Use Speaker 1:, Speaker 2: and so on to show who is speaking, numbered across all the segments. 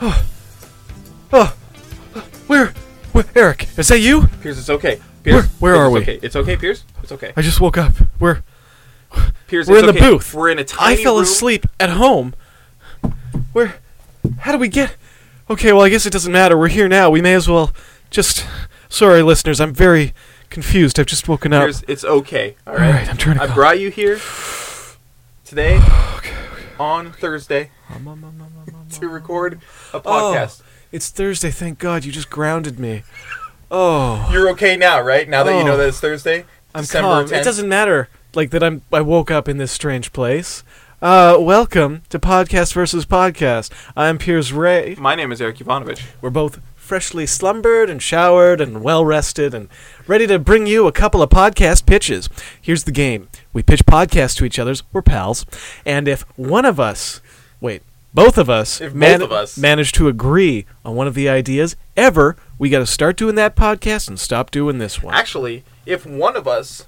Speaker 1: Oh, oh, where, where, Eric? Is that you?
Speaker 2: Pierce, it's okay.
Speaker 1: Where-
Speaker 2: Pierce,
Speaker 1: where
Speaker 2: Pierce,
Speaker 1: are
Speaker 2: it's
Speaker 1: we?
Speaker 2: Okay. It's okay, Pierce. It's okay.
Speaker 1: I just woke up. Where?
Speaker 2: Pierce,
Speaker 1: We're
Speaker 2: it's
Speaker 1: in the
Speaker 2: okay.
Speaker 1: booth.
Speaker 2: We're in a tiny
Speaker 1: I fell
Speaker 2: room.
Speaker 1: asleep at home. Where? How do we get? Okay, well, I guess it doesn't matter. We're here now. We may as well just. Sorry, listeners. I'm very confused. I've just woken up.
Speaker 2: Pierce, it's okay. All
Speaker 1: All
Speaker 2: right.
Speaker 1: right, I'm trying to.
Speaker 2: I
Speaker 1: go.
Speaker 2: brought you here today on Thursday to record
Speaker 1: Oh.
Speaker 2: a podcast.
Speaker 1: It's Thursday. Thank God you just grounded me. Oh,
Speaker 2: You're okay now, right? Now that you know
Speaker 1: Oh.
Speaker 2: that it's Thursday,
Speaker 1: I'm
Speaker 2: December
Speaker 1: calm.
Speaker 2: 10th.
Speaker 1: It doesn't matter. Like that, I'm. I woke up in this strange place. Uh, welcome to podcast versus podcast. I'm Piers Ray.
Speaker 2: My name is Eric Ivanovich.
Speaker 1: We're both freshly slumbered and showered and well rested and ready to bring you a couple of podcast pitches. Here's the game we pitch podcasts to each other's, we're pals. And if one of us, wait, both of us,
Speaker 2: If both of us-
Speaker 1: manage to agree on one of the ideas ever, we got to start doing that podcast and stop doing this one.
Speaker 2: Actually, if one of us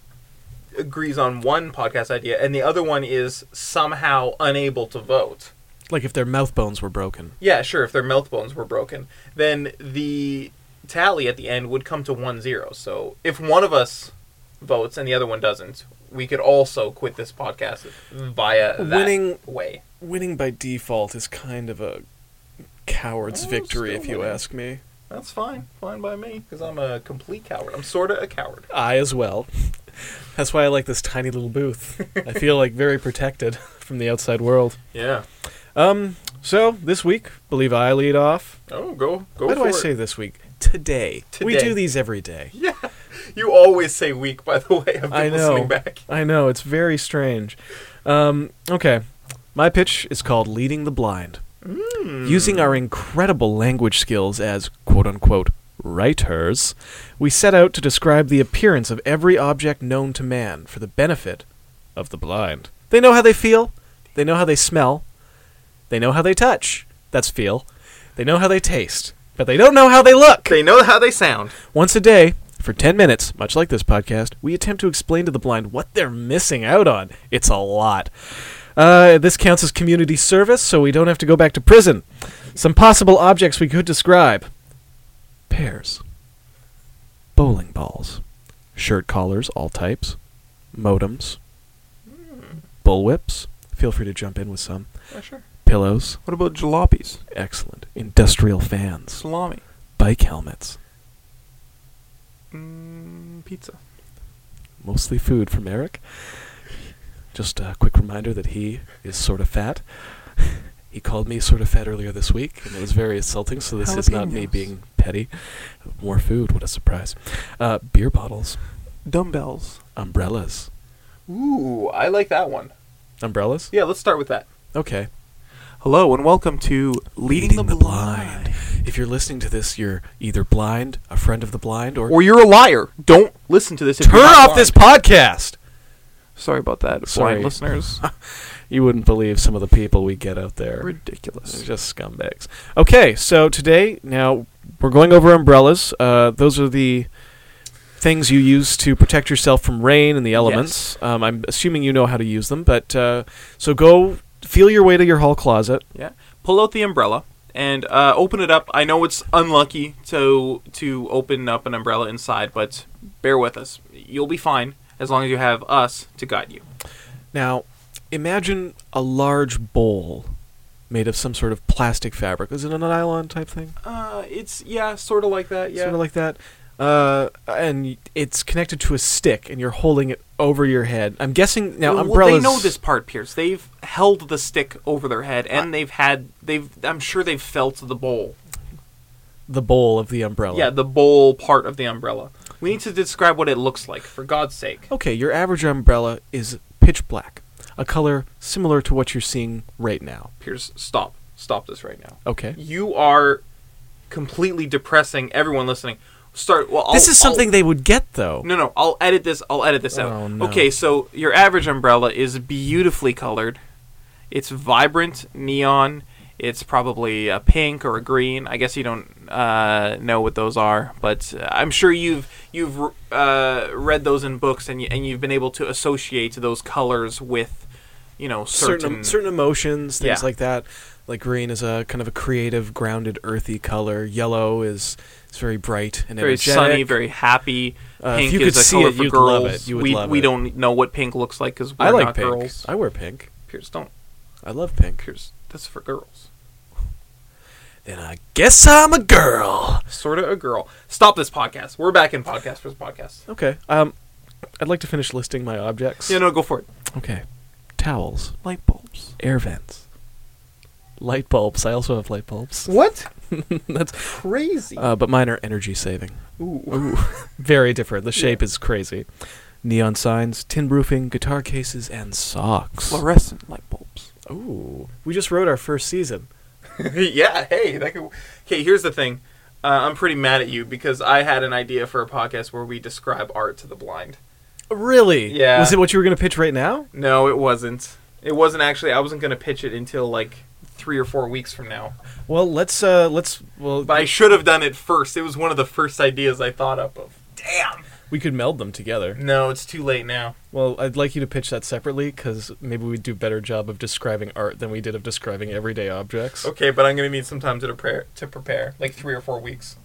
Speaker 2: agrees on one podcast idea and the other one is somehow unable to vote,
Speaker 1: like if their mouth bones were broken.
Speaker 2: yeah, sure, if their mouth bones were broken, then the tally at the end would come to one zero. So if one of us votes and the other one doesn't, we could also quit this podcast via that
Speaker 1: Winning-
Speaker 2: way.
Speaker 1: Winning by default is kind of a coward's
Speaker 2: Oh, victory, still if you winning.
Speaker 1: ask me.
Speaker 2: That's fine, fine by me, because I'm a complete coward. I'm sorta a coward.
Speaker 1: I as well. That's why I like this tiny little booth. I feel like very protected from the outside world.
Speaker 2: Yeah.
Speaker 1: Um, so this week, believe I lead off.
Speaker 2: Oh, go go
Speaker 1: Why
Speaker 2: for
Speaker 1: do I
Speaker 2: it.
Speaker 1: say this week? Today. We
Speaker 2: Today.
Speaker 1: do these every day.
Speaker 2: Yeah, you always say weak. By the way, I've been
Speaker 1: I know.
Speaker 2: listening back.
Speaker 1: I know, it's very strange. Um, okay. My pitch is called Leading the Blind.
Speaker 2: Mm.
Speaker 1: Using our incredible language skills as quote unquote writers, we set out to describe the appearance of every object known to man for the benefit of the blind. They know how they feel, they know how they smell, they know how they touch. That's feel. They know how they taste, but they don't know how they look.
Speaker 2: They know how they sound.
Speaker 1: Once a day, for 10 minutes, much like this podcast, we attempt to explain to the blind what they're missing out on. It's a lot. Uh, this counts as community service, so we don't have to go back to prison. Some possible objects we could describe pears, bowling balls, shirt collars, all types, modems, bullwhips. Feel free to jump in with some.
Speaker 2: sure.
Speaker 1: Pillows,
Speaker 2: What about jalopies,
Speaker 1: excellent. Industrial fans,
Speaker 2: salami,
Speaker 1: bike helmets,
Speaker 2: mm, pizza?
Speaker 1: mostly food from Eric. Just a quick reminder that he is sort of fat. he called me sort of fat earlier this week, and it was very insulting, so this is not me
Speaker 3: Jalapenos.
Speaker 1: being petty. More food, what a surprise. Uh, beer bottles,
Speaker 3: dumbbells.
Speaker 1: umbrellas.
Speaker 2: Ooh, I like that one.
Speaker 1: Umbrellas?
Speaker 2: Yeah, let's start with that.
Speaker 1: Okay.
Speaker 3: Hello and welcome to Leading, the, blind.
Speaker 1: If you're listening to this, you're either blind, a friend of the blind, or.
Speaker 2: Or you're a liar. Don't listen to this. If
Speaker 1: Turn
Speaker 2: you're not
Speaker 1: off this
Speaker 2: blind.
Speaker 1: podcast!
Speaker 3: Sorry about that,
Speaker 1: Sorry.
Speaker 3: blind listeners.
Speaker 1: You wouldn't believe some of the people we get out there. They're
Speaker 3: Ridiculous.
Speaker 1: just scumbags. Okay, so today now we're going over umbrellas. Uh, those are the things you use to protect yourself from rain and the elements. Um, I'm assuming you know how to use them, but uh, so go feel your way to your hall closet.
Speaker 2: Yeah. Pull out the umbrella and uh, open it up. I know it's unlucky to to open up an umbrella inside, but bear with us. You'll be fine as long as you have us to guide you.
Speaker 1: Now, imagine a large bowl made of some sort of plastic fabric. Is it a nylon type thing?
Speaker 2: Uh, it's yeah, sort of like that. Yeah.
Speaker 1: sort of like that. Uh, and y- it's connected to a stick, and you're holding it over your head. I'm guessing now
Speaker 2: Well,
Speaker 1: umbrellas.
Speaker 2: They know this part, Pierce. They've held the stick over their head, and they've had they've. I'm sure they've felt the bowl.
Speaker 1: the bowl of the umbrella.
Speaker 2: Yeah, the bowl part of the umbrella. We need to describe what it looks like, for God's sake.
Speaker 1: Okay, your average umbrella is pitch black, a color similar to what you're seeing right now.
Speaker 2: Pierce, stop, stop this right now.
Speaker 1: Okay.
Speaker 2: You are completely depressing everyone listening. Start. Well, I'll,
Speaker 1: this is something they would get though.
Speaker 2: I'll- no, no. I'll edit this. I'll edit this out.
Speaker 1: Oh, no.
Speaker 2: Okay, so your average umbrella is beautifully colored. It's vibrant neon. It's probably a pink or a green. I guess you don't uh, know what those are, but uh, I'm sure you've you've uh, read those in books and you, and you've been able to associate those colors with you know,
Speaker 1: certain
Speaker 2: certain.
Speaker 1: certain emotions, things
Speaker 2: Yeah.
Speaker 1: like that. Like green is a kind of a creative, grounded, earthy color. Yellow is is very bright and
Speaker 2: very
Speaker 1: energetic.
Speaker 2: sunny, very happy.
Speaker 1: Uh, if
Speaker 2: pink
Speaker 1: you could
Speaker 2: is a
Speaker 1: see
Speaker 2: color
Speaker 1: it,
Speaker 2: for
Speaker 1: you'd
Speaker 2: girls.
Speaker 1: love it. You would
Speaker 2: we
Speaker 1: love
Speaker 2: we
Speaker 1: it.
Speaker 2: don't know what pink looks like because we're
Speaker 1: I like
Speaker 2: not
Speaker 1: pink.
Speaker 2: girls.
Speaker 1: I wear pink.
Speaker 2: Pierce, don't
Speaker 1: I love pink.
Speaker 2: Pierce. That's for girls.
Speaker 1: Then I guess I'm a girl.
Speaker 2: Sort of a girl. Stop this podcast. We're back in podcast for this podcast.
Speaker 1: Okay. Um, I'd like to finish listing my objects.
Speaker 2: Yeah, no, go for it.
Speaker 1: Okay. Towels,
Speaker 2: Light bulbs.
Speaker 1: air vents, light bulbs. I also have light bulbs.
Speaker 2: What?
Speaker 1: That's
Speaker 2: Crazy.
Speaker 1: uh, but mine are energy saving.
Speaker 2: Ooh.
Speaker 1: Very different. The shape is crazy. Neon signs, tin roofing, guitar cases, and socks.
Speaker 2: Fluorescent light bulbs.
Speaker 1: Ooh. We just wrote our first season.
Speaker 2: yeah, hey, that could. Okay, here's the thing. Uh, I'm pretty mad at you because I had an idea for a podcast where we describe art to the blind.
Speaker 1: Really?
Speaker 2: Yeah.
Speaker 1: Was it what you were going to pitch right now?
Speaker 2: No, it wasn't. It wasn't actually. I wasn't going to pitch it until like three or four weeks from now.
Speaker 1: Well, let's uh let's well
Speaker 2: But I should have done it first. It was one of the first ideas I thought up of. Damn.
Speaker 1: we could meld them together.
Speaker 2: No, it's too late now.
Speaker 1: Well, I'd like you to pitch that separately cuz maybe we'd do a better job of describing art than we did of describing everyday objects.
Speaker 2: Okay, but I'm going to need some time to prepare. To prepare, like three or four weeks.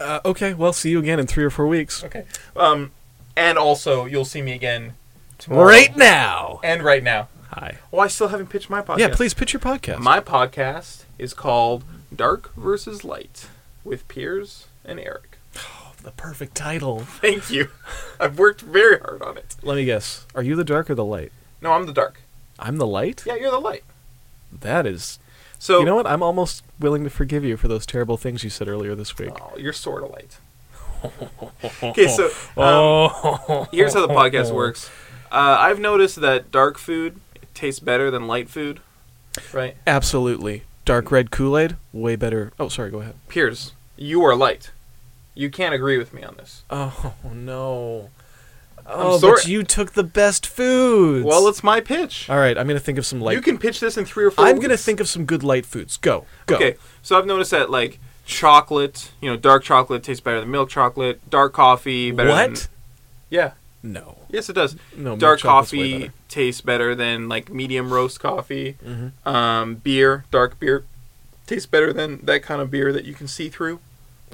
Speaker 1: Uh, okay, well, see you again in 3 or 4 weeks.
Speaker 2: Okay. Um, and also you'll see me again tomorrow.
Speaker 1: Right now.
Speaker 2: And right now.
Speaker 1: Hi.
Speaker 2: Well, I still haven't pitched my podcast.
Speaker 1: Yeah, please pitch your podcast.
Speaker 2: My podcast is called Dark versus Light with Piers and Eric.
Speaker 1: the perfect title.
Speaker 2: Thank you. I've worked very hard on it.
Speaker 1: Let me guess. Are you the dark or the light?
Speaker 2: No, I'm the dark.
Speaker 1: I'm the light?
Speaker 2: Yeah, you're the light.
Speaker 1: That is.
Speaker 2: So
Speaker 1: you know what? I'm almost willing to forgive you for those terrible things you said earlier this week.
Speaker 2: Oh, you're sort of light. okay, so um,
Speaker 1: oh.
Speaker 2: here's how the podcast works. Uh, I've noticed that dark food tastes better than light food. Right,
Speaker 1: Absolutely. Dark red Kool Aid, way better. Oh, sorry, go ahead.
Speaker 2: Piers, you are light. You can't agree with me on this.
Speaker 1: Oh, no.
Speaker 2: Oh,
Speaker 1: Oh,
Speaker 2: but sorry.
Speaker 1: but you took the best foods.
Speaker 2: Well, it's my pitch.
Speaker 1: All right, I'm going to think of some light.
Speaker 2: you can pitch this in three or four.
Speaker 1: I'm going to
Speaker 2: weeks.
Speaker 1: think of some good light foods. Go. Go.
Speaker 2: Okay, so I've noticed that like chocolate, you know, dark chocolate tastes better than milk chocolate. Dark coffee better.
Speaker 1: What?
Speaker 2: Than, yeah.
Speaker 1: No.
Speaker 2: Yes, it does.
Speaker 1: No, milk
Speaker 2: dark
Speaker 1: chocolate's way
Speaker 2: coffee
Speaker 1: better.
Speaker 2: tastes better than like medium roast coffee.
Speaker 1: Mm-hmm.
Speaker 2: Um, beer, dark beer, tastes better than that kind of beer that you can see through.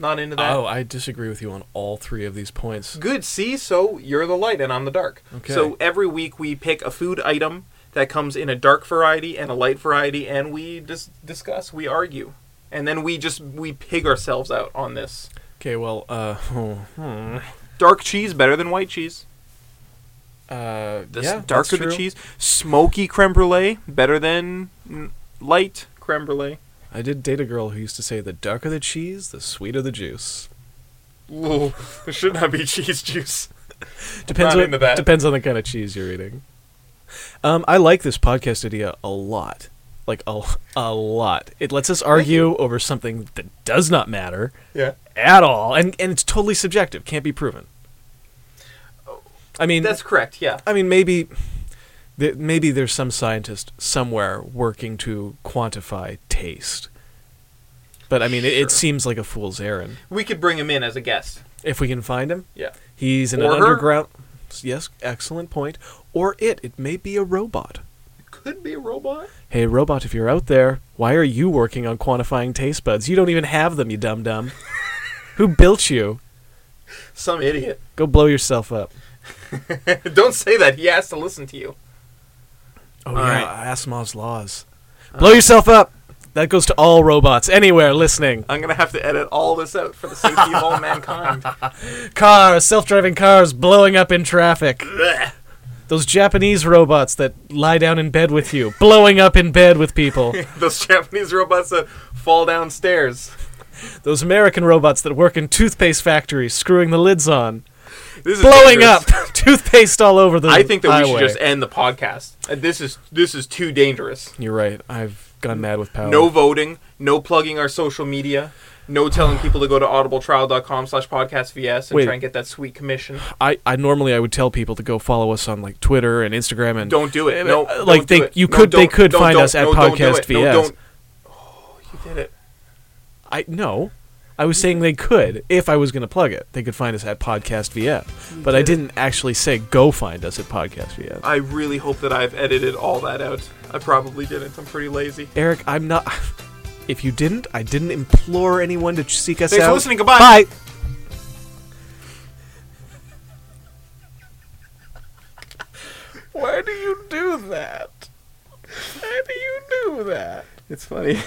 Speaker 2: Not into that.
Speaker 1: Oh, I disagree with you on all three of these points.
Speaker 2: Good. See, so you're the light and I'm the dark.
Speaker 1: Okay.
Speaker 2: So every week we pick a food item that comes in a dark variety and a light variety, and we dis- discuss, we argue, and then we just we pig ourselves out on this.
Speaker 1: Okay, well, uh, hmm.
Speaker 2: Dark cheese better than white cheese.
Speaker 1: Uh,
Speaker 2: The s-
Speaker 1: yeah, that's
Speaker 2: darker the
Speaker 1: true.
Speaker 2: cheese, smoky creme brulee better than mm, light creme brulee.
Speaker 1: I did date a girl who used to say, "The darker the cheese, the sweeter the juice."
Speaker 2: Whoa, there should not be cheese juice.
Speaker 1: Depends
Speaker 2: Not
Speaker 1: on
Speaker 2: into that.
Speaker 1: depends on the kind of cheese you're eating. Um, I like this podcast idea a lot, like a a lot. It lets us argue over something that does not matter
Speaker 2: Yeah.
Speaker 1: at all, and and it's totally subjective, can't be proven. I mean,
Speaker 2: That's correct, yeah.
Speaker 1: I mean, maybe, th- maybe there's some scientist somewhere working to quantify taste. But I mean, it,
Speaker 2: Sure.
Speaker 1: it seems like a fool's errand.
Speaker 2: We could bring him in as a guest.
Speaker 1: If we can find him,
Speaker 2: Yeah.
Speaker 1: he's in
Speaker 2: Or
Speaker 1: an
Speaker 2: her.
Speaker 1: underground. Yes, excellent point. Or it. It may be a robot.
Speaker 2: Could be a robot.
Speaker 1: Hey, robot, if you're out there, why are you working on quantifying taste buds? You don't even have them, you dum dum. Who built you?
Speaker 2: Some idiot.
Speaker 1: Go blow yourself up.
Speaker 2: Don't say that. He has to listen to you.
Speaker 1: Oh
Speaker 2: All
Speaker 1: yeah, Asimov's laws. Uh-huh. Blow yourself up. That goes to all robots anywhere listening.
Speaker 2: I'm gonna have to edit all this out for the safety of all mankind.
Speaker 1: Cars, self-driving cars blowing up in traffic.
Speaker 2: Blech.
Speaker 1: Those Japanese robots that lie down in bed with you, blowing up in bed with people.
Speaker 2: Those Japanese robots that fall downstairs.
Speaker 1: Those American robots that work in toothpaste factories, screwing the lids on,
Speaker 2: This is
Speaker 1: blowing up
Speaker 2: dangerous.
Speaker 1: toothpaste all over the.
Speaker 2: I think that we
Speaker 1: highway.
Speaker 2: should just end the podcast. Uh, This is this is too dangerous.
Speaker 1: You're right. I've gone mad with power.
Speaker 2: No voting, no plugging our social media, no telling people to go to audibletrial.com slash podcast VS and
Speaker 1: Wait.
Speaker 2: try and get that sweet commission.
Speaker 1: I, I normally I would tell people to go follow us on like Twitter and Instagram and
Speaker 2: Don't do it. No,
Speaker 1: Uh, like
Speaker 2: don't
Speaker 1: they-
Speaker 2: do it.
Speaker 1: you
Speaker 2: No,
Speaker 1: could- they
Speaker 2: don't-
Speaker 1: could
Speaker 2: don't-
Speaker 1: find
Speaker 2: don't-
Speaker 1: us at
Speaker 2: no, don't do
Speaker 1: Podcast
Speaker 2: it. No,
Speaker 1: VS.
Speaker 2: don't. Oh, you did it.
Speaker 1: I no. I I was saying they could if I was going to plug it. They could find us at Podcast VF, but I didn't actually say go find us at Podcast VF.
Speaker 2: I really hope that I've edited all that out. I probably didn't. I'm pretty lazy.
Speaker 1: Eric, I'm not. If you didn't, I didn't implore anyone to seek us
Speaker 2: Thanks
Speaker 1: out.
Speaker 2: for listening. Goodbye.
Speaker 1: Bye.
Speaker 2: Why do you do that? Why do you do that? It's funny.